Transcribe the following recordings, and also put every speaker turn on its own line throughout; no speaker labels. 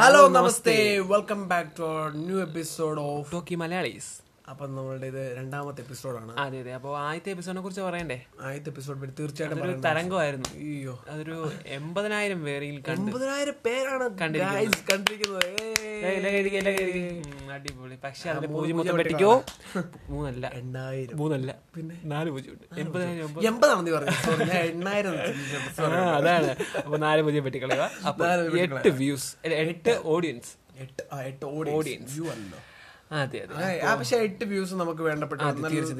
Hello namaste welcome back to our new episode of
talkie Malayalees
അപ്പം നമ്മളുടെ ഇത് രണ്ടാമത്തെ എപ്പിസോഡാണ്
അതെ അതെ അപ്പോൾ ആദ്യത്തെ എപ്പിസോഡിനെ കുറിച്ച് പറയണ്ടേ
ആദ്യത്തെ എപ്പിസോഡ് പറ്റി തീർച്ചയായിട്ടും
അതൊരു
പറയണം.
തരംഗമായിരുന്നു
അയ്യോ
അതൊരു എൺപതിനായിരം പേരിൽ കണ്ടു
ഒമ്പതിനായിരം പേരാണ് guys കണ്ടിരിക്കുന്നത് ഏയ്.
ലേ, ലേ, ഇരിക്ക്, ലേ, ഇരിക്ക്. ഉം, അടിപൊളി പക്ഷെ അതിൽ
മൂന്ന്
പൂജ്യം
പൂജ്യം
മൊത്തം
വെട്ടി
പെട്ടിക്കോ മൂന്നല്ല
എണ്ണായിരം
മൂന്നല്ല പിന്നെ നാല് പൂജ്യം ഉണ്ട് എൺപതിനായിരം എൺപത്.
എൺപതാണെന്ന് പറഞ്ഞു Sorry, ഞാൻ എണ്ണായിരം എന്ന് ചിന്തിച്ചു.
ആ, അതാണ് അപ്പൊ നാല് പൂജ്യം പെട്ടിക്കളയുക അപ്പൊ എട്ട് വ്യൂസ് എട്ട് ഓഡിയൻസ്
എട്ട് ആ, എട്ട് ഓഡിയൻസ് വ്യൂ അല്ലോ
അതെ അതെ
ഏയ്, ആ പക്ഷെ എട്ട് വ്യൂസ് നമുക്ക് വേണ്ടപ്പെട്ട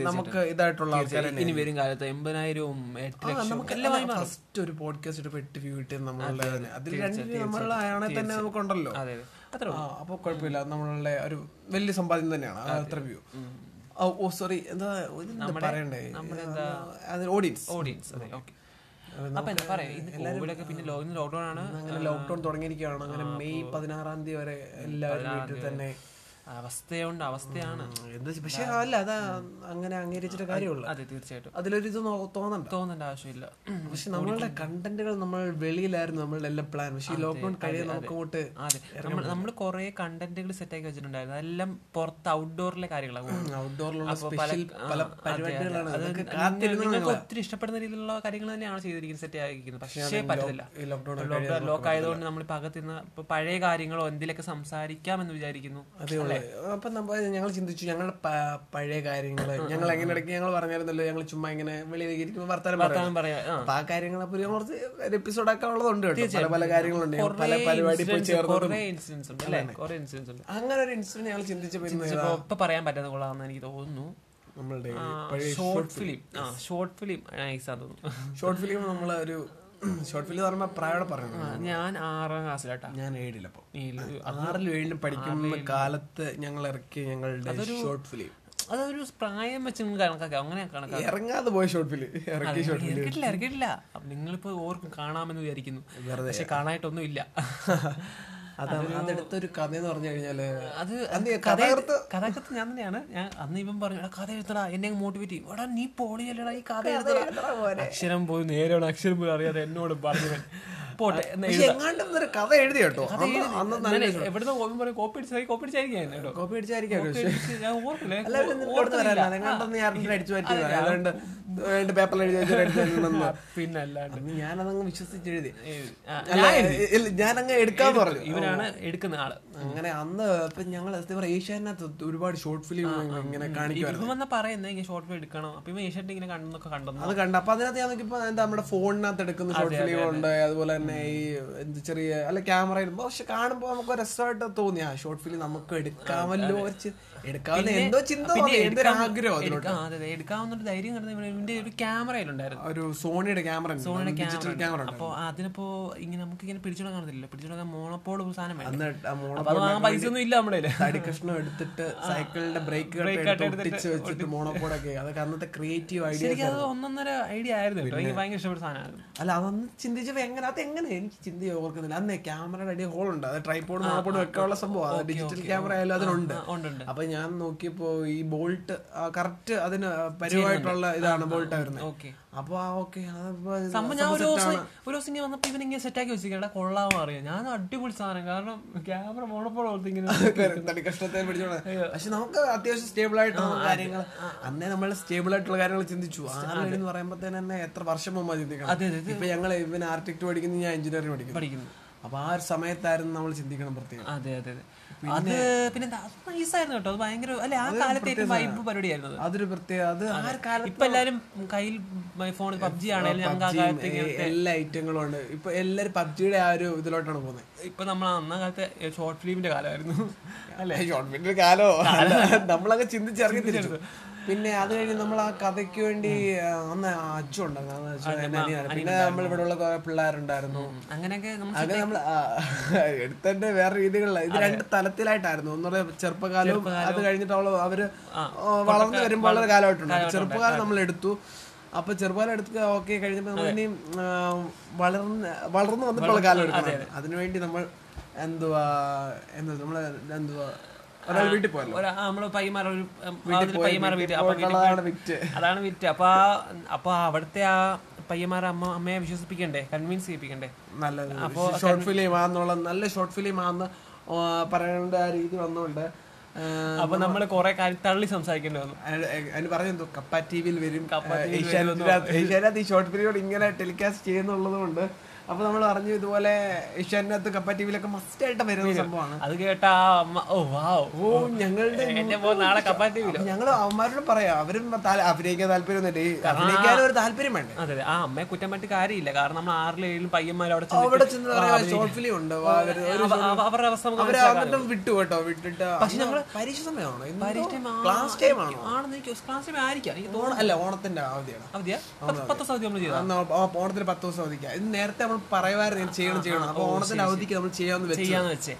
നമുക്ക് ഇതായിട്ടുള്ള ആൾക്കാർ
ഇനി വരും കാലത്ത് എൺപതിനായിരവും എട്ട് ലക്ഷവും
നമുക്ക് എല്ലാം ഫസ്റ്റ് ഒരു പോഡ്കാസ്റ്റ് ഒരു പെട്ട് വ്യൂ കിട്ടിയത് നമ്മളുടെ തന്നെ. അതിൽ രണ്ട് view നമ്മളുടെ ആണെങ്കിൽ തന്നെ നമുക്കുണ്ടല്ലോ
അതെ അതെ അത്ര
ആ, അപ്പൊ കുഴപ്പമില്ല നമ്മളുടെ ഒരു വലിയ സമ്പാദ്യം തന്നെയാണ് ആ അത്ര വ്യൂ ഓ സോറി എന്താ ഇതെന്താ പറയണ്ടേ ഓഡിയൻസ്
ഓഡിയൻസ് അതെ ഓക്കെ അപ്പൊ എന്താ പറയാ ഇത് കോവിഡൊക്കെ പിന്നെ ലോകം ലോക്ക്ഡൌൺ ആണ്
അങ്ങനെ ലോക്ക്ഡൌൺ തുടങ്ങിയിരിക്കുകയാണ് അങ്ങനെ മെയ് പതിനാറാം തീയതി വരെ എല്ലാവരും വീട്ടിൽ തന്നെ
അവസ്ഥയുണ്ട് അവസ്ഥയാണ്
എന്താ ചെ- പക്ഷേ അല്ല അതാ അങ്ങനെ അംഗീകരിച്ചിട്ട് കാര്യമുള്ള
അതെ തീർച്ചയായിട്ടും
അതിലൊരു ഇത് തോന്നണ്ട
തോന്നേണ്ട ആവശ്യമില്ല
പക്ഷെ നമ്മളുടെ കണ്ടന്റുകൾ നമ്മൾ വെളിയിലായിരുന്നു നമ്മളുടെ എല്ലാം പ്ലാൻ പക്ഷെ ഈ ലോക്ക്ഡൌൺ കഴിയാൻ നമുക്ക് അങ്ങോട്ട്
അതെ നമ്മൾ നമ്മൾ കുറെ കണ്ടന്റുകൾ സെറ്റാക്കി വെച്ചിട്ടുണ്ടായിരുന്നു അതെല്ലാം പുറത്ത് ഔട്ട്ഡോറിലെ കാര്യങ്ങളാണ്
ഔട്ട്ഡോറിലുള്ള സ്പെഷ്യൽ പല പരിപാടികളാണ് അതൊക്കെ
നിങ്ങൾക്ക് ഒത്തിരി ഇഷ്ടപ്പെടുന്ന രീതിയിലുള്ള കാര്യങ്ങൾ തന്നെയാണ് ചെയ്തിരിക്കുന്നത് സെറ്റ് ആയിരിക്കുന്നത് പക്ഷേ പറ്റത്തില്ല
ഈ ലോക്ക്ഡൌൺ
ലോക്ക്ഡൌൺ ലോക്ക് ആയതുകൊണ്ട് നമ്മൾ പകത്തുന്ന പഴയ കാര്യങ്ങളോ എന്തിലൊക്കെ സംസാരിക്കാം എന്ന് വിചാരിക്കുന്നു
അതേ ഉള്ളൂ അപ്പൊ നമ്മ- ഞങ്ങൾ ചിന്തിച്ചു ഞങ്ങളുടെ പ- പഴയ കാര്യങ്ങൾ ഞങ്ങൾ എങ്ങനെ ഇടയ്ക്ക് ഞങ്ങൾ പറഞ്ഞായിരുന്നല്ലോ ഞങ്ങൾ ചുമ്മാ ഇങ്ങനെ വെളിയിലേക്ക് ഇരിക്കുമ്പോൾ വർത്തമാനം പറയാം
വർത്താനം പറയാ ആ
അപ്പൊ ആ കാര്യങ്ങളെ പറ്റി കുറച്ച് ഒരു എപ്പിസോഡ് ആക്കാനുള്ളതുണ്ട് കേട്ടോ പല പല കാര്യങ്ങളുണ്ട് ഞങ്ങൾ പല പരിപാടി പോയി ചേർന്നു
കുറേ ഇൻസിഡൻസ് ഉണ്ട് അല്ലേ കുറേ ഇൻസിഡൻസ് ഉണ്ട്
അങ്ങനെ ഒരു ഇൻസിഡന്റ് ഞങ്ങൾ ചിന്തിച്ചപ്പോൾ ഇന്ന്
ഇപ്പൊ ഇപ്പൊ പറയാൻ പറ്റാത്ത കൊള്ളാന്ന് എനിക്ക് തോന്നുന്നു
നമ്മളുടെ
ഷോർട്ട് ഫിലിം ആ ഷോർട്ട് ഫിലിം നൈസാ തോന്നുന്നു
ഷോർട്ട് ഫിലിം നമ്മൾ ഒരു ഷോർട്ട് ഫിലിം എന്ന് പറയുമ്പോൾ പ്രായോടെ പറഞ്ഞു
ആ, ഞാൻ ആറാം ക്ലാസ്സിലാട്ടാ
ഞാൻ ഏഴിലപ്പോ
ഈ ഒരു-
ആറിലും ഏഴിലും പഠിക്കുന്ന കാലത്ത് ഞങ്ങൾ ഇറക്കിയ ഞങ്ങളുടെ ഷോർട്ട് ഫിലിം
അതൊരു പ്രായം വെച്ച് നിങ്ങൾ കണക്കാക്കാം അങ്ങനെ കണക്കാക്കാം
ഇറങ്ങാതെ പോയ ഷോർട്ട് ഫിലിം ഇറക്കിയ ഷോർട്ട് ഫിലിം
ഇറക്കിട്ടില്ല ഇറക്കിട്ടില്ല അപ്പൊ നിങ്ങളിപ്പോ ഓർക്കും കാണാമെന്ന് വിചാരിക്കുന്നു
വെറുതെ.
പക്ഷെ കാണായിട്ടൊന്നും ഇല്ല
അതാണ് അതെടുത്തൊരു കഥ എന്ന് പറഞ്ഞു കഴിഞ്ഞാല്
അത്
അത് കഥ ഓർത്ത്
കഥാകൃത്ത് ഞാൻ തന്നെയാണ് ഞാൻ അന്ന് ഇവൻ പറഞ്ഞു എടാ കഥ എഴുത്തടാ എന്നെ മോട്ടിവേറ്റ് ചെയ്യും എടാ നീ പോളിയല്ലടാ ഈ കഥ എഴുത്തടാ അക്ഷരം പോയി നേരെയാണ് അക്ഷരം പോയി അറിയാതെ എന്നോട് പറഞ്ഞു പോട്ടെ എന്ന്
പക്ഷെ എങ്ങാണ്ട് ഒരു കഥ എഴുതി കേട്ടോ അന്ന് അന്ന്
ഞാൻ എവിടുന്ന് കോപ്പി പറയും കോപ്പി അടിച്ചായി കോപ്പി അടിച്ചായിരിക്കും കേട്ടോ
കോപ്പി അടിച്ചായിരിക്കും അവര്. പക്ഷെ
ഞാൻ ഓർക്കില്ല ഞാൻ
എല്ലാവരും നിനക്ക് കൊടുത്ത് തരാനാണ്. എങ്ങാണ്ടൊന്ന് ആരെങ്കിലും അടിച്ചു മാറ്റിയതാ. അതുകൊണ്ട് വേണ്ട പേപ്പറിൽ എഴുതി വെച്ചിട്ട് അടിച്ചു തന്നെന്ന്.
പിന്നെ അല്ലാണ്ട്
അന്ന് ഞാനതങ്ങ് വിശ്വസിച്ച് എഴുതി
ആ,
അല്ല, ഇല്ല, ഞാനങ്ങ് എടുക്കാന്ന് പറഞ്ഞു
ഇവനാണ് എടുക്കുന്ന ആള്
അങ്ങനെ അന്ന് ഇപ്പൊ ഞങ്ങള് സത്യം പറഞ്ഞാ ഏഷ്യാനകത്ത് ഒരുപാട് ഷോർട്ട് ഫിലിം ഇങ്ങനെ കാണിക്കുമായിരുന്നു
ഇവൻ വന്നാ പറയുന്നത് ഇങ്ങനെ ഷോർട്ട് ഫിലിം എടുക്കണം അപ്പൊ ഇവൻ ഏഷ്യാട്ട് ഇങ്ങനെ കണ്ടെന്നൊക്കെ കണ്ടെന്നു
അത് കണ്ട അപ്പൊ അതിനകത്ത് ഞാൻ നോക്കിയപ്പോ എന്താ നമ്മുടെ ഫോണിനകത്ത് എടുക്കുന്ന ഷോർട്ട് ഫിലിം ഉണ്ട് അതുപോലെ തന്നെ ഈ എന്ത് ചെറിയ അല്ല ക്യാമറ പക്ഷെ കാണുമ്പോ നമുക്ക് ഒരു രസമായിട്ട് തോന്നി ആ ഷോർട്ട് ഫിലിം നമുക്ക് എടുക്കാമല്ലോ ഒരു ചി- എടുക്കാവുന്ന എന്തോ ചിന്ത തോന്നി. എന്തോ ഒരു ആഗ്രഹം അതിനോട്
എടുക്കാം അതെ അതെ എടുക്കാവുന്ന ഒരു ധൈര്യം കണ്ടെന്ന് ഇവൻ- ഇവന്റെ ഒരു ക്യാമറയിലുണ്ടായിരുന്നു
ഒരു സോണിയുടെ ക്യാമറ ഡിജിറ്റൽ ക്യാമറ ഉണ്ട്
അപ്പൊ അതിനിപ്പോ ഇങ്ങനെ നമുക്ക് ഇങ്ങനെ പിടിച്ചെടുക്കാൻ കാണത്തില്ലല്ലോ പിടിച്ചെടുക്കാൻ മോണപ്പോൾ ഒരു സാധനം വേണം
അന്ന് ആ മോണ
അപ്പൊ അത് വാങ്ങാൻ പൈസ ഒന്നും ഇല്ല നമ്മുടെ കയ്യില്.
തടി കഷ്ണം എടുത്തിട്ട് സൈക്കിളിന്റെ ബ്രേക്ക് ഒട്ടിച്ച് വെച്ചിട്ട് മോണോപോടൊക്കെ അതൊക്കെ അന്നത്തെ ക്രിയേറ്റീവ് ഐഡിയ
എനിക്ക് അത് ഒന്നൊന്നര ഐഡിയ ആയിരുന്നു കേട്ടോ എനിക്ക് ഭയങ്കര ഇഷ്ടപ്പെട്ട സാധനമായിരുന്നു
അല്ല അതൊന്ന് ചിന്തിച്ചപ്പോ എങ്ങനെ അത് എങ്ങനെ എനിക്ക് ചിന്തി ഓർക്കുന്നില്ല അന്നേ ക്യാമറയുടെ അടിയിൽ ഹോൾ ഉണ്ട് അത് ട്രൈപോഡ് മോണോപോഡ് വെക്കാനുള്ള സംഭവം അത് ഡിജിറ്റൽ ക്യാമറ ആയാലും അതിനുണ്ട്
ആ, ഉണ്ട് ഉണ്ട്
അപ്പൊ ഞാൻ നോക്കിയപ്പോ ഈ ബോൾട്ട് കറക്റ്റ് അതിന് പരിവായിട്ടുള്ള ഇതാണ് ബോൾട്ട് വരുന്നത്
ഓക്കെ
അപ്പൊ ആ ഓക്കെ
സംഭവം ഞാൻ ഒരു ദിവസം ഒരു ദിവസം ഇങ്ങനെ വന്നപ്പോ ഇവൻ ഇങ്ങനെ സെറ്റാക്കി വെച്ചിരിക്കണ കൊള്ളാമോ അറിയാം ഞാൻ അടിപൊളി സാധനം കാരണം ക്യാമറ മോണപ്പോൾ ഓർത്തിങ്ങനെ
തടി കഷ്ണത്തെ പിടിച്ചോളാം പക്ഷെ നമുക്ക് അത്യാവശ്യം സ്റ്റേബിൾ ആയിട്ടുള്ള കാര്യങ്ങൾ അന്നേ നമ്മൾ സ്റ്റേബിൾ ആയിട്ടുള്ള കാര്യങ്ങൾ ചിന്തിച്ചു ആറ് എന്ന് പറയുമ്പോ തന്നെ എത്ര വർഷം മുമ്പ് ചിന്തിക്കണം
അതെ അതെ
ഇപ്പൊ ഞങ്ങൾ ഇവൻ ആർട്ടിക്ട് പഠിക്കുന്നു ഞാൻ എഞ്ചിനീയറിംഗ് പഠിക്കുന്നു
പഠിക്കുന്നു
അപ്പൊ ആ ഒരു സമയത്തായിരുന്നു നമ്മൾ ചിന്തിക്കണം പ്രത്യേകം
അതെ അതെ അതെ അത് പിന്നെ എന്താ അത് നൈസായിരുന്നു കേട്ടോ അത് ഭയങ്കര അല്ലെ ആ കാലത്തെ ഏറ്റവും വൈബ് പരിപാടിയായിരുന്നു അത്.
അതൊരു പ്രത്യേക അത് ആ ഒരു കാലത്ത്
ഇപ്പൊ എല്ലാരും കയ്യിൽ ഫോണിൽ പബ്ജി ആണെങ്കിലും ഞങ്ങൾക്ക് ആ കാലത്ത് ഇങ്ങനെ
എല്ലാ ഐറ്റങ്ങളും ഉണ്ട് ഇപ്പൊ എല്ലാരും പബ്ജിയുടെ ആ ഒരു ഇതിലോട്ടാണ് പോകുന്നത്
ഇപ്പൊ നമ്മൾ അന്ന കാലത്തെ ഷോർട്ട് ഫിലിമിന്റെ കാലമായിരുന്നു
അല്ലേ ഗവൺമെന്റിന്റെ കാലോ നമ്മളൊക്കെ ചിന്തിച്ചിറങ്ങി തിരിച്ചു പിന്നെ അത് കഴിഞ്ഞ് നമ്മൾ ആ കഥയ്ക്ക് വേണ്ടി ആ, അന്ന് അച്ഛൻ ഉണ്ടായിരുന്നു അന്ന് അച്ഛൻ എന്റെ അനിയനാണ്. പിന്നെ നമ്മൾ ഇവിടെ ഉള്ള കുറെ പിള്ളേരുണ്ടായിരുന്നു
അങ്ങനെയൊക്കെ നമ്മൾ
അങ്ങനെ നമ്മൾ എടുത്തതിന്റെ വേറെ രീതികളിലാണ് ഇത് രണ്ട് തലത്തിലായിട്ടായിരുന്നു ഒന്നുകൂടെ ചെറുപ്പകാലവും അത് കഴിഞ്ഞിട്ട് അവള് അവര് ആ, വളർന്നു വരുമ്പോൾ ഉള്ള കാലമായിട്ടുണ്ട് ചെറുപ്പകാലം നമ്മൾ എടുത്തു അപ്പൊ ചെറുപ്പകാലം എടുത്ത് ഓക്കെ കഴിഞ്ഞപ്പോൾ നമ്മൾ ഇനി ആ, വളർന്ന് വളർന്നു വന്നിട്ടുള്ള കാലം എടുക്കണം അതിനുവേണ്ടി നമ്മൾ എന്തുവാ എന്താ നമ്മള് എന്തുവാ ഒരാൾ വീട്ടിൽ പോയല്ലോ
ഒരു- ആ, നമ്മള് പയ്യന്മാരെ ഒരു ഉം, ആ ഒരു പയ്യന്മാരെ വീട്ടിൽ അപ്പൊ വീട്ടിൽ
പോയിട്ടുള്ളതാണ് വിറ്റ്
അതാണ് വിറ്റ് അപ്പൊ ആ- അപ്പൊ ആ അവിടുത്തെ ആ പയ്യന്മാരെ അമ്മ അമ്മയെ വിശ്വസിപ്പിക്കണ്ടേ കൺവിൻസ് ചെയ്യിപ്പിക്കണ്ടേ
നല്ല ഷോർട്ട് ഫിലിം ആന്നുള്ള നല്ല ഷോർട്ട് ഫിലിം ആന്ന് ആ, പറയേണ്ട ആ രീതി വന്നോണ്ട്
അപ്പൊ നമ്മൾ കുറെ കാര്യം തള്ളി സംസാരിക്കേണ്ടി വന്നു
അതിന് പറഞ്ഞെന്തോ കപ്പ ടി വിയിൽ വരും ഏഷ്യാനെറ്റ് ഏഷ്യാനെറ്റ് ഈ ഷോർട്ട് ഫിലിം ഇങ്ങനെ ടെലികാസ്റ്റ് ചെയ്യുന്നുള്ളത് കൊണ്ട് അപ്പൊ നമ്മൾ പറഞ്ഞു ഇതുപോലെ ഏഷ്യാനകത്ത് കപ്പ ടി വിയിലൊക്കെ മസ്റ്റ് ആയിട്ട് വരുന്ന സംഭവമാണ്
അത് കേട്ട ആ അമ്മ ഓ വാവ്
ഓ ഞങ്ങളുടെ
എന്റെ പോ നാളെ കപ്പാറ്റീവില്ല
ഞങ്ങൾ അവന്മാരോട് പറയാം അവരും താൽ- അഭിനയിക്കാൻ താല്പര്യമൊന്നുമില്ല ഈ അഭിനയിക്കാൻ ഒരു താല്പര്യം വേണ്ടേ
അതെ അതെ ആ അമ്മയെ കുറ്റം പറ്റി കാര്യമില്ല കാരണം നമ്മൾ ആറിലും ഏഴിലും പയ്യന്മാർ അവിടെ
അവിടെ
ചെന്നിട്ട്
ചെന്ന് പറയാം ഷോർട്ട് ഫിലിം ഉണ്ട് വാ, അവര് ഒരു
അവ- അവ- അവരുടെ അവസ്ഥ നമുക്ക്
അവര് എന്നിട്ടും വിട്ടു കേട്ടോ വിട്ടിട്ട് പക്ഷെ ഞങ്ങൾ പരീക്ഷ സമയമാണോ എന്തോ ക്ലാസ് ടൈം ആണോ
ആണെന്ന് എനിക്ക് ക്ലാസ് ടൈം ആയിരിക്കാം എനിക്ക്
ഓണ- അല്ല ഓണത്തിന്റെ അവധിയാണ്
അവധിയാ പത്ത് പത്ത് സൗദി നമ്മൾ ചെയ്ത
അന്ന് ഓ- ഓ- ഓണത്തിന് പത്ത് ദിവസം അവധിക്കാ ഇത് നേരത്തെ നമ്മൾ പറയുമായിരുന്നു ഇത് ചെയ്യണം ചെയ്യണം അപ്പൊ ഓണത്തിന്റെ അവധിക്ക് നമ്മൾ ചെയ്യാന്ന് വെച്ചു
ചെയ്യാന്ന് വെച്ചേ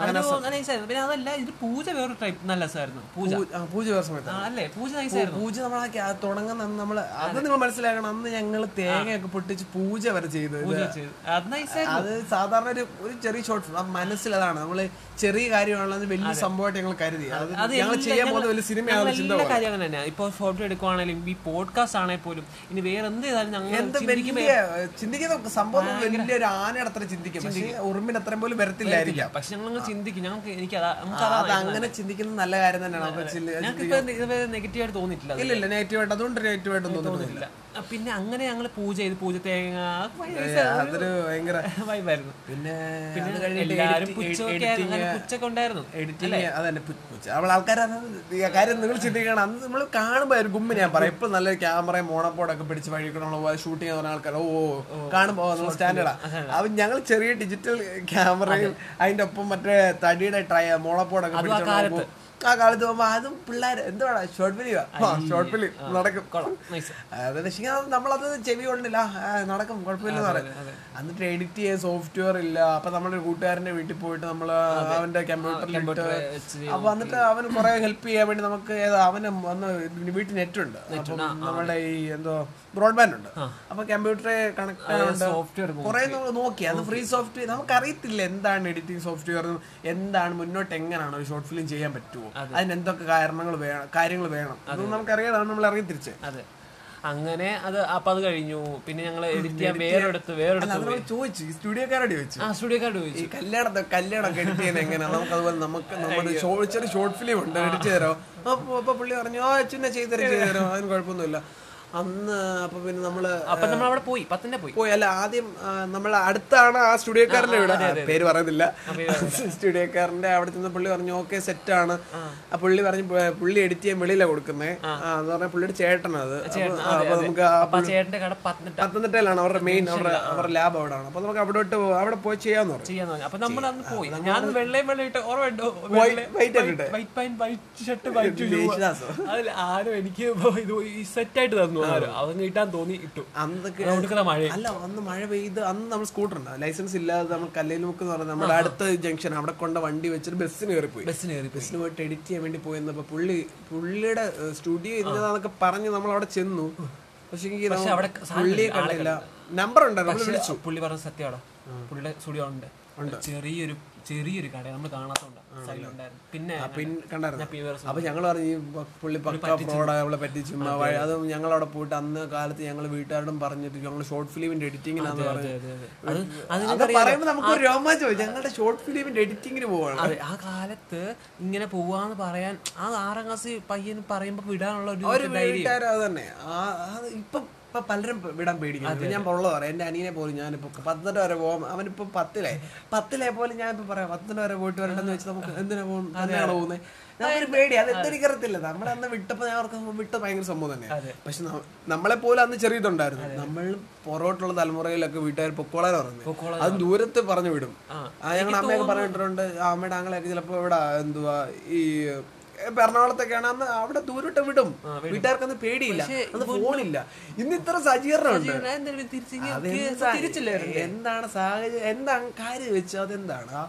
അതിന് നല്ല നൈസായിരുന്നു പിന്നെ അതല്ല ഇത് പൂജ വേറൊരു ടൈപ്പ് നല്ല രസമായിരുന്നു പൂജ
ആ, പൂജ വേറെ സമയത്ത്
ആ, അല്ലേ പൂജ നൈസായിരുന്നു
പൂജ നമ്മൾ തുടങ്ങുന്ന അന്ന് നമ്മള് അത് നിങ്ങൾ മനസ്സിലാക്കണം അന്ന് ഞങ്ങൾ തേങ്ങയൊക്കെ പൊട്ടിച്ച് പൂജ വരെ ചെയ്തു ഇത്
പൂജ ചെയ്ത് അത് നൈസായിരുന്നു
അത് സാധാരണ ഒരു ഒരു ചെറിയ ഷോർട്ട് ഫിലിം ആ മനസ്സിൽ അതാണ് നമ്മള് ചെറിയ കാര്യമാണുള്ളത് വലിയ സംഭവമായിട്ട് ഞങ്ങൾ കരുതി അത്
അത്
ഞങ്ങൾ
എല്ലാ-
ചെയ്യാൻ പോകുന്ന
ഞങ്ങൾ-
വലിയ സിനിമയാണ്
ഞങ്ങൾ
ചിന്ത
എല്ലാ കാര്യം അങ്ങനെ തന്നെയാ ഇപ്പോൾ ഫോട്ടോ എടുക്കുവാണെങ്കിലും ഈ പോഡ്കാസ്റ്റ് ആണെങ്കിൽ പോലും ഇനി വേറെ എന്ത് ചെയ്താലും ഞങ്ങൾ
എന്ത് വലിയ ചിന്തിക്കുന്ന സംഭവം വലിയൊരു ആനയുടെ അത്ര ചിന്തിക്കും പക്ഷേ ഉറുമ്പിന് അത്രയും പോലും വരത്തില്ലായിരിക്കാം
പക്ഷെ ഞങ്ങൾ ചിന്തിക്കും ഞങ്ങൾക്ക് എനിക്ക് അതാ നമുക്ക്
ആ,
അതാ
അത് അങ്ങനെ ചിന്തിക്കുന്നത് നല്ല കാര്യം തന്നെയാണ് അപ്പൊ ചില്ല-
ഞങ്ങൾക്ക് ഇപ്പൊ ഇതുവരെ നെഗറ്റീവ് ആയിട്ട് തോന്നിയിട്ടില്ല അത്
ഇല്ല ഇല്ല നെഗറ്റീവ് ആയിട്ട് അതുകൊണ്ട് നെഗറ്റീവ് ആയിട്ടൊന്നും തോന്നുന്നില്ല
ഇല്ല. ആ, പിന്നെ അങ്ങനെ ഞങ്ങൾ പൂജ ചെയ്ത് പൂജ തേങ്ങ അതൊക്കെ ഭയങ്കര
അതൊരു ഭയങ്കര
വൈബായിരുന്നു
പിന്നെ അത്
പിന്നെ
കഴിഞ്ഞിട്ട്
എല്ലാവരും
edit-
പുച്ചൊക്കെ
editing,
ആയിരുന്നു. അങ്ങനെ പുച്ചൊക്കെ ഉണ്ടായിരുന്നു
editing, അതന്നെ പു- പുച്ച. അവൾ ആൾക്കാർ കാര്യം നിങ്ങൾ ചിന്തിക്കണം അന്ന് നമ്മൾ കാണുമ്പോൾ ഒരു ഗുമ്മ ഞാൻ പറയാം ഇപ്പൊ നല്ല ക്യാമറയും മോണപ്പോടൊക്കെ പിടിച്ച് വഴിക്കണമുള്ള ഷൂട്ടിംഗ് പറഞ്ഞ ആൾക്കാർ ഓ ഓ, ഓ, കാണുമ്പോൾ നമ്മൾ സ്റ്റാൻഡേർഡാ അപ്പൊ ഞങ്ങൾ ചെറിയ ഡിജിറ്റൽ ക്യാമറയും അതിന്റെ ഒപ്പം മറ്റേ തടിയുടെ ട്രൈ മോണപ്പോടൊക്കെ പിടിച്ചോണ്ട് ആ കാലത്ത് പോകുമ്പോ അതും പിള്ളേർ എന്തുവാടാ ഷോർട്ട് ഫിലിം ഷോർട്ട് ഫിലിം നടക്കും
നൈസ്
അത് പക്ഷേ അത് നമ്മളത് ചെവി കൊണ്ടില്ല ആ, നടക്കും കുഴപ്പമില്ലെന്ന് പറയും എന്നിട്ട് എഡിറ്റ് ചെയ്യാൻ സോഫ്റ്റ്വെയർ ഇല്ല അപ്പൊ നമ്മുടെ കൂട്ടുകാരന്റെ വീട്ടിൽ പോയിട്ട് നമ്മൾ അവന്റെ കമ്പ്യൂട്ടറിൽ അപ്പൊ എന്നിട്ട് അവന് കുറെ ഹെൽപ്പ് ചെയ്യാൻ വേണ്ടി നമുക്ക് ഏതാ അവന് വന്ന് വീട്ടിൽ നെറ്റ് ഉണ്ട് അപ്പം നമ്മുടെ ഈ എന്തോ ബ്രോഡ്ബാൻഡ് ഉണ്ട് അപ്പൊ കമ്പ്യൂട്ടറെ കണക്ട് ആവുന്നുണ്ട്
സോഫ്റ്റ്വെയർ
കുറെ നമ്മൾ നോക്കി അത് ഫ്രീ സോഫ്റ്റ്വെയർ നമുക്കറിയത്തില്ല എന്താണ് എഡിറ്റിംഗ് സോഫ്റ്റ്വെയർ എന്താണ് മുന്നോട്ട് എങ്ങനെയാണ് ഒരു ഷോർട്ട് ഫിലിം ചെയ്യാൻ പറ്റുമോ അതിന് എന്തൊക്കെ കാരണങ്ങൾ വേണം കാര്യങ്ങൾ വേണം അതൊന്നും നമുക്കറിയാതാണ് നമ്മൾ അറിയി തിരിച്ച്
അതെ അങ്ങനെ അത് അപ്പൊ അത് കഴിഞ്ഞു പിന്നെ ഞങ്ങൾ എഡിറ്റ് ചെയ്യാൻ വേറെടുത്ത്
അല്ല
വേറെടുത്ത്
അത് നമ്മൾ ചോദിച്ചു ഈ സ്റ്റുഡിയോക്കാരോട് ചോദിച്ചു
ആ സ്റ്റുഡിയോക്കാരോട് ചോദിച്ചു
ഈ കല്യാണത്തെ കല്യാണമൊക്കെ എഡിറ്റ് ചെയ്യുന്നത് എങ്ങനെയാ നമുക്ക് അതുപോലെ നമുക്ക് നമ്മുടെ ഷോ- ചെറിയ ഷോർട്ട് ഫിലിം ഉണ്ട് എഡിറ്റ് ചെയ്തോ അപ്പൊ അപ്പൊ പുള്ളി പറഞ്ഞു ആ അച്ഛനെ ചെയ്തരും ചെയ്തരോ അതിന് കുഴപ്പമൊന്നുമില്ല അന്ന് അപ്പൊ പിന്നെ നമ്മള്
അപ്പൊ നമ്മൾ അവിടെ പോയി പത്തിന്റെ പോയി
പോയി അല്ല ആദ്യം നമ്മൾ അടുത്താണ് ആ സ്റ്റുഡിയോക്കാരന്റെ വീട് ആ, പേര് പറയുന്നില്ല സ്റ്റുഡിയോക്കാരന്റെ അവിടെ ചെന്ന് പുള്ളി പറഞ്ഞു ഓക്കെ സെറ്റ് ആണ് ആ പുള്ളി പറഞ്ഞു "പു- പുള്ളി എഡിറ്റ് ചെയ്യാൻ വെളിയിലാണ് കൊടുക്കുന്നത് എന്ന് പറഞ്ഞാൽ പുള്ളിയുടെ ചേട്ടനത് അപ്പൊ നമുക്ക് ആ
അപ്പൊ ആ ചേട്ടന്റെ കട പത്തനംതിട്ട
പത്തനംതിട്ടയിലാണ് അവരുടെ മെയിൻ അവരുടെ അവരുടെ ലാബ് അവിടെയാണ് അപ്പൊ നമുക്ക് അവിടോട്ട് പോ- അവിടെ പോയി ചെയ്യാന്ന് പറഞ്ഞു
ചെയ്യാന്ന് പറഞ്ഞു അപ്പൊ നമ്മൾ അന്ന് പോയി ഞാൻ വെള്ളയും വെള്ളം ഇട്ട് ഓർമ്മയുണ്ടോ
white ആയിട്ട് ഇട്ടേ?
White pant white shirt white
യേശുദാസോ?
അതിൽ ആരും എനിക്ക് ഇപ്പൊ ഇത് ഈ set ആയിട്ട് തന്നു ആരും അവൻ കിട്ടാൻ തോന്നി ഇട്ടു
അന്നൊക്കെ
കൊടുക്കുന്ന മഴ
അല്ല അന്ന് മഴ പെയ്ത് അന്ന് നമ്മൾ സ്കൂട്ടർ ഉണ്ട് ലൈസൻസ് ഇല്ലാതെ നമ്മൾ കല്ലേലുമുക്ക് എന്ന് പറഞ്ഞ നമ്മുടെ അടുത്ത ജംഗ്ഷൻ അവിടെ കൊണ്ട വണ്ടി വെച്ചിട്ട് ബസ്സിന് കയറിപ്പോയി
ബസ്സിന് കയറി പോയി
ബസ്സിന് പോയിട്ട് എഡിറ്റ് ചെയ്യാൻ വേണ്ടി പോയെന്നപ്പോ പുള്ളി പുള്ളിയുടെ സ്റ്റുഡിയോ ഇന്നതാന്നൊക്കെ പറഞ്ഞ് നമ്മൾ അവിടെ ചെന്നു പക്ഷെ
പക്ഷെ അവിടെ
പുള്ളിയെ കണ്ടില്ല നമ്പർ ഉണ്ടായിരുന്നു നമ്മള് വിളിച്ചു
പുള്ളി പറഞ്ഞ സത്യമാണോ പുള്ളിയുടെ സ്റ്റുഡിയോ ഉണ്ട് ചെറിയൊരു ചെറിയൊരു കട നമ്മൾ കാണാത്തോണ്ട് സൈഡിലുണ്ടായിരുന്നു പിന്നെ
പിന്നെ കണ്ടായിരുന്നു
ഞാൻ പി വേറെ
അപ്പൊ ഞങ്ങൾ പറഞ്ഞു ഈ പ- പുള്ളി പക്ക ഫ്രോഡ് നമ്മളെ പറ്റിച്ചു അത് ഞങ്ങൾ അവിടെ പോയിട്ട് അന്ന് കാലത്ത് ഞങ്ങൾ വീട്ടുകാരോടും പറഞ്ഞിട്ട് ഞങ്ങൾ ഷോർട്ട് ഫിലിമിന്റെ എഡിറ്റിംഗിനാന്ന് പറഞ്ഞു
അത് അത്
അത് പറയുമ്പോ നമുക്ക് ഒരു രോമാഞ്ചോ ഞങ്ങളുടെ ഷോർട്ട് ഫിലിമിന്റെ എഡിറ്റിംഗിന് പോവാണ്
അതെ ആ കാലത്ത് ഇങ്ങനെ പോവാന്ന് പറയാൻ ആ ആറാം ക്ലാസ് പയ്യന് പറയുമ്പോ വിടാനുള്ള ഒരു
ഒരു വീട്ടുകാരും അത് തന്നെ ആ- അത് ഇപ്പൊ ഇപ്പൊ പലരും വിടാൻ പേടിക്കുന്നു ഞാൻ ഉള്ളത് പറയാം എന്റെ അനിയനെ പോലും ഞാനിപ്പോ പത്തനംതിട്ട വരെ പോകാം അവനിപ്പോ പത്തിലായി പത്തിലായി പോലും ഞാൻ ഇപ്പൊ പറയാം പത്തനംതിട്ട വരെ പോയിട്ട് വരണ്ടെന്ന് വെച്ച് നമുക്ക് എന്തിനാ പോകും തന്നെയാണ് പോകുന്നത് നമ്മളൊരു പേടി അത് എന്തെനിക്ക് അറിയത്തില്ല നമ്മളെ അന്ന് വിട്ടപ്പോ ഞാൻ അവർക്ക് വിട്ട ഭയങ്കര സംഭവം തന്നെ പക്ഷെ ന- നമ്മളെ പോലും അന്ന് ചെറിയതുണ്ടായിരുന്നു നമ്മൾ പുറകോട്ടുള്ള തലമുറയിലൊക്കെ വീട്ടുകാർ പൊക്കോളാൻ
പൊക്കോളാൻ
പറയുന്നത് അത് ദൂരത്ത് പറഞ്ഞു വിടും
ആ.
ആ ഞങ്ങളുടെ അമ്മയൊക്കെ പറഞ്ഞിട്ടുണ്ട് ആ അമ്മയുടെ ആങ്ങളെയൊക്കെ ചിലപ്പോ ഇവിടെ എന്തുവാ ഈ ഇപ്പൊ എറണാകുളത്തൊക്കെയാണ് അന്ന് അവിടെ ദൂരോട്ട് വിടും വീട്ടുകാർക്കൊന്നും പേടിയില്ല അന്ന് ഫോണില്ല ഇന്ന് ഇത്ര സജ്ജീകരണമുണ്ട്
എന്തായാലും തിരിച്ച് ഇങ്ങ്
അതെന്താ- എന്താണ് സാഹചര്യം എന്താ കാര്യം വെച്ചു അതെന്താണ് ആ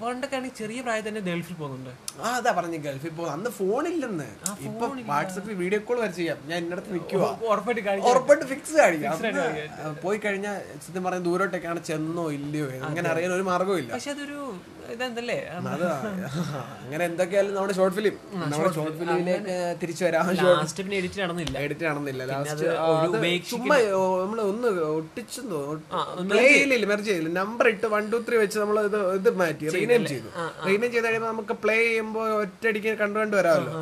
പണ്ടൊക്കെ ആണെങ്കിൽ ചെറിയ പ്രായത്തിൽ തന്നെ ഗൾഫിൽ പോകുന്നുണ്ട്
ആ അതാ പറഞ്ഞു ഗൾഫിൽ പോകും അന്ന് ഫോണില്ലെന്ന് ഇപ്പൊ വാട്സപ്പിൽ വീഡിയോ കോൾ വരെ ചെയ്യാം ഞാൻ എന്റെ അടുത്ത് നിൽക്കുവാ
ഉറപ്പായിട്ട് കാണിക്കും
ഉറപ്പായിട്ട് ഫിക്സ് കാണിക്കാം അന്ന് പോയി കഴിഞ്ഞാൽ സത്യം പറഞ്ഞ ദൂരോട്ടേക്കാണ് ചെന്നോ ഇല്ലയോ അങ്ങനെ അറിയാൻ ഒരു മാർഗ്ഗവും ഇല്ല
പക്ഷെ അതൊരു ഇതെന്തല്ലേ
അതാ അങ്ങനെ എന്തൊക്കെയായാലും നമ്മുടെ ഷോർട്ട് ഫിലിം നമ്മുടെ ഷോർട്ട് ഫിലിമിലേക്ക് തിരിച്ചു വരാം
ലാസ്റ്റ് പിന്നെ എഡിറ്റ് നടന്നില്ല
എഡിറ്റ് നടന്നില്ല ലാസ്റ്റ്
ഒരു
ചുമ്മാ ഓ, നമ്മള് ഒന്ന് ഒട്ടിച്ചെന്ന് പ്ലേ ചെയ്യില്ല മെർജ് ചെയ്യില്ല നമ്പർ ഇട്ട് വൺ ടു ത്രീ വെച്ച് നമ്മൾ ഇത് ഇത് മാറ്റി റീനെയിം ചെയ്തു റീനെയിം ചെയ്ത് കഴിയുമ്പോൾ നമുക്ക് പ്ലേ ചെയ്യുമ്പോൾ ഒറ്റയടിക്ക് കണ്ടു കണ്ടു വരാമല്ലോ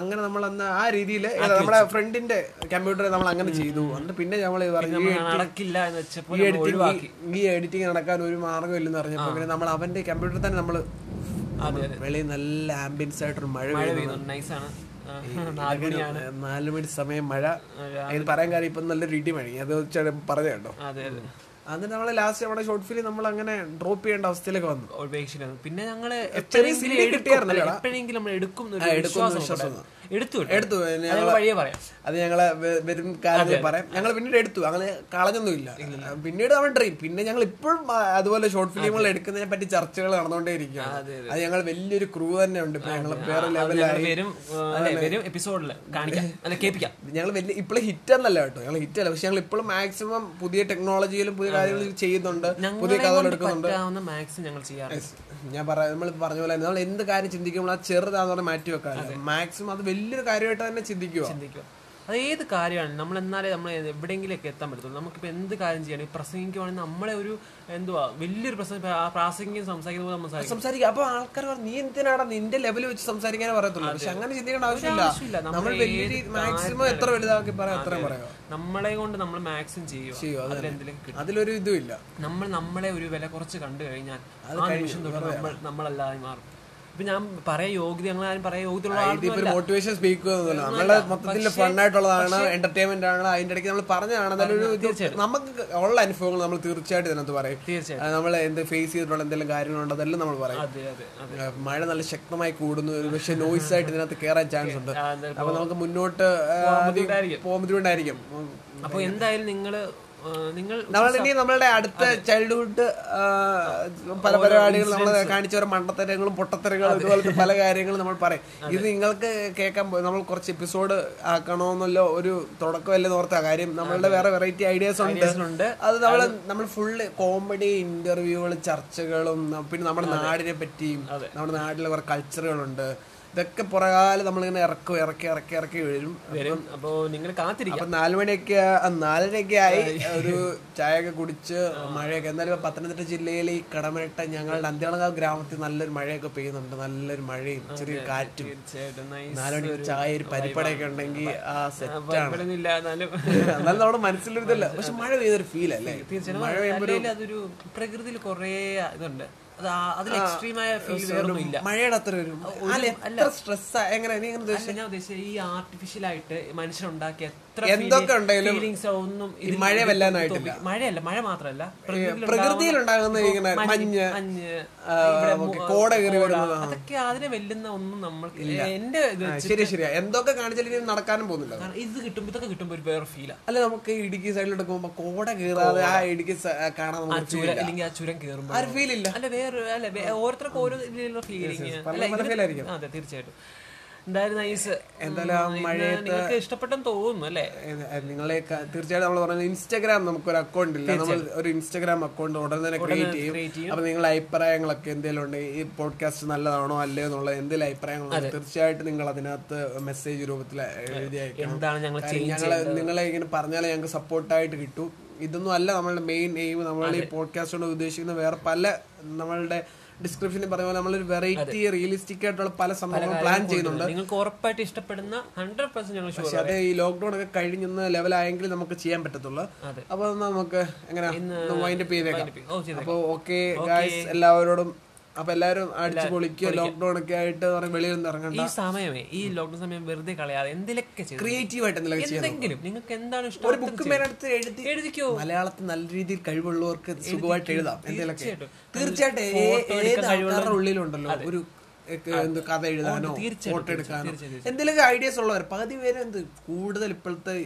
അങ്ങനെ നമ്മൾ അന്ന് ആ രീതിയിൽ നമ്മുടെ ഫ്രണ്ടിന്റെ കമ്പ്യൂട്ടറിൽ നമ്മൾ അങ്ങനെ ചെയ്തു എന്നിട്ട് പിന്നെ നമ്മൾ പറഞ്ഞു ഈ
നടക്കില്ല എന്ന് വെച്ചപ്പോൾ
ഈ എഡിറ്റിംഗ് ഈ എഡിറ്റിംഗ് നടക്കാൻ ഒരു മാർഗ്ഗം ഇല്ലെന്ന് പറഞ്ഞപ്പോൾ പിന്നെ നമ്മൾ അവന്റെ കമ്പ്യൂട്ടറിൽ തന്നെ നമ്മൾ വെളിയിൽ നല്ല ആംബിയൻസ് ആയിട്ടൊരു മഴ പെയ്യുന്നു
നൈസാണ്
നാല് മണി സമയം മഴ ഇത് പറയാൻ കാര്യം ഇപ്പം നല്ലൊരു ഇടി മഴ അത് ചെ- പറഞ്ഞു കേട്ടോ
അതെ അതെ
എന്നിട്ട് നമ്മള് ലാസ്റ്റ് നമ്മുടെ ഷോർട്ട് ഫിലിം നമ്മൾ അങ്ങനെ ഡ്രോപ്പ് ചെയ്യേണ്ട അവസ്ഥയിലേക്ക് വന്നു
ഉപേക്ഷിക്കുന്നത് പിന്നെ ഞങ്ങള്
CD കിട്ടിയായിരുന്നല്ലോ, എടാ.
എപ്പോഴെങ്കിലും നമ്മൾ എടുക്കും എന്നൊരു
എടുക്കും
വിശ്വാസം
വിശ്വാസം
ഉണ്ടായിരുന്നു. എടുത്തു കേട്ടോ.
എടുത്തു
അത്
ഞങ്ങള്
ഞങ്ങൾ വഴിയെ പറയാം
അത് ഞങ്ങള് വ- വരും കാര്യങ്ങൾ പറയാം ഞങ്ങൾ പിന്നീട് എടുത്തു അങ്ങനെ കളഞ്ഞൊന്നുമില്ല പിന്നീട് അവൻ ഡ്രീം പിന്നെ ഞങ്ങൾ ഇപ്പോഴും ആ- അതുപോലെ ഷോർട്ട് ഫിലിമുകൾ എടുക്കുന്നതിനെ പറ്റി ചർച്ചകൾ നടന്നുകൊണ്ടേ
അതെ,
ഇരിക്കുകയാണ് അത് ഞങ്ങൾ വലിയൊരു ക്രൂ തന്നെ ഉണ്ട് ഇപ്പൊ ഞങ്ങൾ വേറെ
അത്
ലെവലായി
ഞങ്ങൾ വരും ഏഹ്, അല്ലെ വരും എപ്പിസോഡിൽ കാണിക്കാം അല്ല കേൾപ്പിക്കാം
ഞങ്ങൾ വലിയ ഇപ്പോഴും ഹിറ്റ് അല്ലല്ലോ കേട്ടോ ഞങ്ങൾ ഹിറ്റ് അല്ല പക്ഷെ ഞങ്ങൾ ഇപ്പോഴും മാക്സിമം പുതിയ ടെക്നോളജിയിലും പുതിയ കാര്യങ്ങളും ചെയ്യുന്നുണ്ട് പുതിയ
ഞങ്ങളെ
കഥകൾ
കൊണ്ട്
എടുക്കുന്നുണ്ട്
പറ്റാവുന്ന മാക്സിമം ഞങ്ങൾ ചെയ്യാറുണ്ട്
ഞാൻ പറയാം നമ്മൾ പറഞ്ഞ പോലെ തന്നെ നമ്മൾ എന്ത് കാര്യം ചിന്തിക്കുമ്പോൾ ആ ചെറുതാന്ന് പറഞ്ഞാൽ മാറ്റി വെക്കാറില്ല മാക്സിമം അത് വലിയൊരു കാര്യമായിട്ട് തന്നെ ചിന്തിക്കുക
ചിന്തിക്കുക അത് ഏത് കാര്യമാണ് നമ്മൾ എന്നാലേ നമ്മൾ എവിടെയെങ്കിലുമൊക്കെ എത്താൻ പറ്റത്തുള്ളൂ നമുക്കിപ്പോൾ എന്ത് കാര്യം ചെയ്യണം പ്രസംഗിക്കുവാണെങ്കിൽ നമ്മളെ ഒരു എന്തുവാ വലിയൊരു പ്രസംഗം ആ പ്രാസംഗികം സംസാരിക്കുന്ന പോലെ നമ്മൾ സംസാരിക്കും
സംസാരിക്കുക അപ്പൊ ആൾക്കാർ പറഞ്ഞു നീ എന്തിനാടാ നിന്റെ ലെവൽ വെച്ച് സംസാരിക്കാനേ പറയത്തുള്ളൂ പക്ഷെ അങ്ങനെ ചിന്തിക്കേണ്ട
ഒരാവശ്യമില്ല.
ആവശ്യമില്ല
നമ്മൾ
നമ്മൾ വലിയ
ഏത്
രീതി- മാക്സിമം എത്ര വലുതാക്കി പറയാം അത്രയും പറയാം
നമ്മളെ കൊണ്ട് നമ്മൾ മാക്സിമം ചെയ്യുക
ചെയ്യുക, അത്
അതിലെന്തെങ്കിലും കിട്ടും
അതിലൊരു ഇതും ഇല്ല
നമ്മൾ നമ്മളെ ഒരു വില കുറച്ച് കണ്ടു കഴിഞ്ഞാൽ ആ നിമിഷം തൊട്ട് നമ്മൾ നമ്മളല്ലാതെ മാറും ഇപ്പൊ ഞാൻ പറയാൻ യോഗ്യത ഞങ്ങൾ ആരും പറയാൻ യോഗ്യതയുള്ള
ഇതിപ്പോ
ആളൊന്നുമല്ല
ഒരു മോട്ടിവേഷൻ സ്പീക്ക് നമ്മളെ മൊത്തത്തിൽ ഫൺ ആയിട്ടുള്ളതാണ് എന്റർടൈൻമെന്റ് ആണ് അതിന്റെ ഇടയ്ക്ക് നമ്മൾ പറഞ്ഞതാണ് നല്ലൊരു ഇത് നമുക്ക് ഉള്ള അനുഭവങ്ങൾ നമ്മൾ തീർച്ചയായിട്ടും ഇതിനകത്ത് പറയും
തീർച്ചയായും
നമ്മൾ എന്ത് ഫേസ് ചെയ്തിട്ടുള്ള എന്തെങ്കിലും കാര്യങ്ങളുണ്ട് അതെല്ലാം നമ്മൾ പറയും
അതെ അതെ അതെ
ആ, മഴ നല്ല ശക്തമായി കൂടുന്നു ഒരു പക്ഷെ നോയ്സ് ആയിട്ട് ഇതിനകത്ത് കയറാൻ ചാൻസ് ഉണ്ട്
ആ, അതെ.
അപ്പൊ നമുക്ക് മുന്നോട്ട് ആ,
ബുദ്ധിമുട്ടായിരിക്കും.
പോകാൻ ബുദ്ധിമുട്ടായിരിക്കും ഉം.
അപ്പൊ എന്തായാലും നിങ്ങൾ നിങ്ങൾ
നമ്മൾ ഇനി നമ്മളുടെ അടുത്ത ചൈൽഡ്ഹുഡ് പല പരിപാടികൾ നമ്മൾ കാണിച്ച ഓരോ മണ്ടത്തരങ്ങളും പൊട്ടത്തരങ്ങളും ഇതുപോലത്തെ പല കാര്യങ്ങളും നമ്മൾ പറയും ഇത് നിങ്ങൾക്ക് കേൾക്കാൻ പോയി നമ്മൾ കുറച്ച് എപ്പിസോഡ് ആക്കണമെന്നുള്ള ഒരു തുടക്കമല്ലേ ഓർത്ത കാര്യം നമ്മളുടെ വേറെ വെറൈറ്റി ഐഡിയാസ് ഉണ്ട്
ഉണ്ട്
അത് നമ്മൾ നമ്മൾ ഫുള്ള് കോമഡി ഇന്റർവ്യൂകൾ ചർച്ചകളും ന- പിന്നെ നമ്മുടെ നാടിനെ പറ്റിയും നമ്മുടെ നാട്ടിലെ കുറെ കൾച്ചറുകളുണ്ട് ഇതൊക്കെ പുറകാലെ നമ്മളിങ്ങനെ ഇറക്കും ഇറക്കി ഇറക്കി ഇറക്കി വരും
വരും അപ്പൊ നിങ്ങൾ കാത്തിരിക്കാം
അപ്പൊ നാലുമണിയൊക്കെ ആ, നാലരയൊക്കെ ആയി ഒരു ചായയൊക്കെ കുടിച്ച് മഴയൊക്കെ എന്നാലും ഇപ്പൊ പത്തനംതിട്ട ജില്ലയിലെ ഈ കടമേട്ട ഞങ്ങളുടെ അന്ത്യാളങ്കാവ് ഗ്രാമത്തിൽ നല്ലൊരു മഴയൊക്കെ പെയ്യുന്നുണ്ട് നല്ലൊരു മഴയും ചെറിയ കാറ്റും
തീർച്ചയായിട്ടും nice.
നാലുമണി ചായ ഒരു പരിപ്പടയൊക്കെ ഉണ്ടെങ്കിൽ ആ സെറ്റ്
കുഴപ്പമൊന്നും ഇല്ല, എന്നാലും
എന്നാലും നമ്മുടെ മനസ്സിലൊരു ഇതല്ല പക്ഷെ മഴ പെയ്തൊരു ഫീൽ അല്ലേ
തീർച്ചയായിട്ടും
മഴ
അല്ലെങ്കിൽ അതൊരു പ്രകൃതിയിൽ കുറേ ഇതുണ്ട് അത് ആ- അതിൽ എക്സ്ട്രീമായ ഫീൽ വേറൊന്നും ഇല്ല
മഴയുടെ അത്ര ഒരു അല്ല, എത്ര സ്ട്രെസ് എങ്ങനെ നീ എങ്ങനെ ഉദ്ദേശിച്ചത്?
അല്ല, ഞാൻ ഉദ്ദേശിച്ചത് ഈ ആർട്ടിഫിഷ്യൽ ആയിട്ട് മനുഷ്യനുണ്ടാക്കിയ എത്ര
എന്തൊക്കെ ഉണ്ടെങ്കിലും
ഫീലിങ്സ് ഒന്നും
ഈ മഴ വല്ലാനായിട്ടില്ല.
മഴയല്ല മഴ മാത്രമല്ല പ്രകൃതിയിലുണ്ടാവുന്ന
പ്രകൃതിയിലുണ്ടാകുന്ന ഇങ്ങനെ മഞ്ഞ്
മഞ്ഞ്,
ആ,
ഇവിടെ
ഓക്കേ,
മു-
കോട കയറി
കോട,
വരുന്നത്
അതൊക്കെ അതിനെ വെല്ലുന്ന ഒന്നും നമ്മൾക്ക് എന്റെ ഇത്
ആ, ശരിയാ ശരിയാ എന്തൊക്കെ കാണിച്ചാലും ഇനി നടക്കാനും പോകുന്നില്ല
കാരണം ഇത് കിട്ടുമ്പോ ഇതൊക്കെ കിട്ടുമ്പോ ഒരു വേറെ ഫീലാ
അല്ല നമുക്ക് ഈ ഇടുക്കി സൈഡിലോട്ട് പോകുമ്പോ കോട കീറാതെ ആ ഇടുക്കി സ- ആ കാണാൻ നമുക്ക്
ചുരം ഇല്ലെങ്കിൽ ആ ചുരം കയറുമ്പോ
ആരും ഫീൽ ഇല്ല
അല്ല വേറെ അല്ല വേ- ഓരോരുത്തർക്കും ഓരോ രീതിയിലുള്ള ഫീലിംഗ്
പല പല ഫീൽ ആയിരിക്കും
അതെ തീർച്ചയായിട്ടും എന്തായാലും നൈസ്
എന്തായാലും ആ മഴയത്ത്
നിങ്ങൾക്ക് ഇഷ്ടപ്പെട്ടെന്ന് തോന്നുന്നു അല്ലേ
ഏത്- ഏത് നിങ്ങളെ ക- തീർച്ചയായിട്ടും നമ്മൾ പറഞ്ഞ ഇൻസ്റ്റാഗ്രാം നമുക്ക് ഒരു അക്കൗണ്ട് ഇല്ല നമ്മൾ ഒരു ഇൻസ്റ്റാഗ്രാം അക്കൗണ്ട് ഉടനെ തന്നെ ക്രിയേറ്റ്
create
ചെയ്യും അപ്പൊ നിങ്ങളുടെ അഭിപ്രായങ്ങളൊക്കെ എന്തെങ്കിലും ഉണ്ടെങ്കിൽ ഈ പോഡ്കാസ്റ്റ് നല്ലതാണോ അല്ലയോ എന്നുള്ള എന്തെങ്കിലും അഭിപ്രായങ്ങളുണ്ടോ തീർച്ചയായിട്ടും നിങ്ങൾ അതിനകത്ത് മെസ്സേജ് രൂപത്തിൽ എഴുതി അയക്കണം
എന്താണ് ഞങ്ങൾ ചേഞ്ച്
ഞങ്ങള് നിങ്ങളെ ഇങ്ങനെ പറഞ്ഞാലേ ഞങ്ങൾക്ക് സപ്പോർട്ടായിട്ട് കിട്ടും ഇതൊന്നും അല്ല നമ്മളുടെ മെയിൻ എയിം നമ്മൾ ഈ പോഡ്കാസ്റ്റ് കൊണ്ട് ഉദ്ദേശിക്കുന്ന വേറെ പല നമ്മളുടെ ഡിസ്ക്രിപ്ഷനിൽ പറഞ്ഞ പോലെ നമ്മളൊരു വെറൈറ്റി റിയലിസ്റ്റിക് ആയിട്ടുള്ള പല സംഭവങ്ങൾ പ്ലാൻ ചെയ്യുന്നുണ്ട്
നിങ്ങൾക്ക് ഉറപ്പായിട്ട് ഇഷ്ടപ്പെടുന്ന ഹൺഡ്രഡ് പെർസെന്റ് ഞങ്ങൾ ഷുവർ
പക്ഷെ അത് ഈ ലോക്ക്ഡൌൺ ഒക്കെ കഴിഞ്ഞൊന്ന് ലെവലായെങ്കിൽ നമുക്ക് ചെയ്യാൻ പറ്റത്തുള്ളൂ
അതെ.
അപ്പൊ എന്നാ നമുക്ക് എങ്ങനെ വൈൻഡ് അപ്പ് ചെയ്തേക്കാം
ഓ ചെയ്തു
അപ്പൊ ഓക്കെ ഗായ്സ് എല്ലാവരോടും അപ്പൊ എല്ലാവരും അടിച്ചു പൊളിക്കുക ലോക്ക്ഡൌൺ ഒക്കെ ആയിട്ട് വെളിയിൽ നിന്ന് ഇറങ്ങണ്ട
ഈ സമയമേ ഈ ലോക്ക്ഡൌൺ സമയം വെറുതെ കളയാതെ എന്തെങ്കിലുമൊക്കെ ചെയ്തു
ക്രിയേറ്റീവ് ആയിട്ട് എന്തെങ്കിലും ചെയ്യാം
എന്തെങ്കിലും നിങ്ങൾക്ക് എന്താണ് ഇഷ്ടം
ഒരു ബുക്ക് മേലെടുത്ത് എഴുതി
എഴുതിക്കോ
മലയാളത്തിൽ നല്ല രീതിയിൽ കഴിവുള്ളവർക്ക് ഇത് സുഖമായിട്ട് എഴുതാം എന്തെങ്കിലുമൊക്കെ
തീർച്ചയായിട്ടും.
തീർച്ചയായിട്ടും ഏ- ഏത് ആൾക്കാരുടെ ഉള്ളിലുണ്ടല്ലോ ഒരു ഏക്ക് എന്ത് കഥ എഴുതാനോ ഫോട്ടോ എടുക്കാനോ എന്തെങ്കിലുമൊക്കെ ഐഡിയാസ് ഉള്ളവർ പകുതി പേര് എന്ത് കൂടുതൽ ഇപ്പോഴത്തെ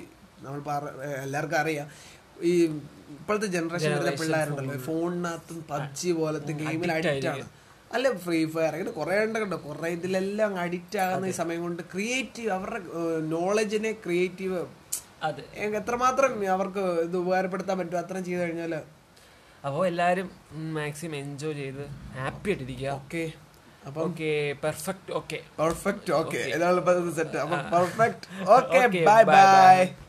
നമ്മൾ പറ- ഏ, എല്ലാവർക്കും അറിയാം ഈ ഇപ്പോഴത്തെ ജനറേഷൻ വരുന്ന പിള്ളേരുണ്ടല്ലോ ഈ ഫോണിനകത്തും പബ്ജി പോലത്തെ ഗെയിമിൽ അഡിക്റ്റ് ആണ് അല്ല ഫ്രീ ഫയർ അങ്ങനെ കുറെ ഉണ്ടോ കുറെ ഇതിലെല്ലാം അഡിക്റ്റ് ആകുന്ന ഈ സമയം കൊണ്ട് ക്രിയേറ്റീവ് അവരുടെ നോളജിനെ ക്രിയേറ്റീവ്
അതെ
എത്രമാത്രം അവർക്ക് ഇത് ഉപകാരപ്പെടുത്താൻ പറ്റും അത്രയും ചെയ്തു കഴിഞ്ഞാൽ
അപ്പോൾ എല്ലാവരും മാക്സിമം എൻജോയ് ചെയ്ത് ഹാപ്പി ആയിട്ടിരിക്കുക
ഓക്കെ അപ്പം
okay perfect okay
perfect okay ഇതാണ് സെറ്റ് അപ്പം perfect okay
Okay,
bye
bye,
bye
bye.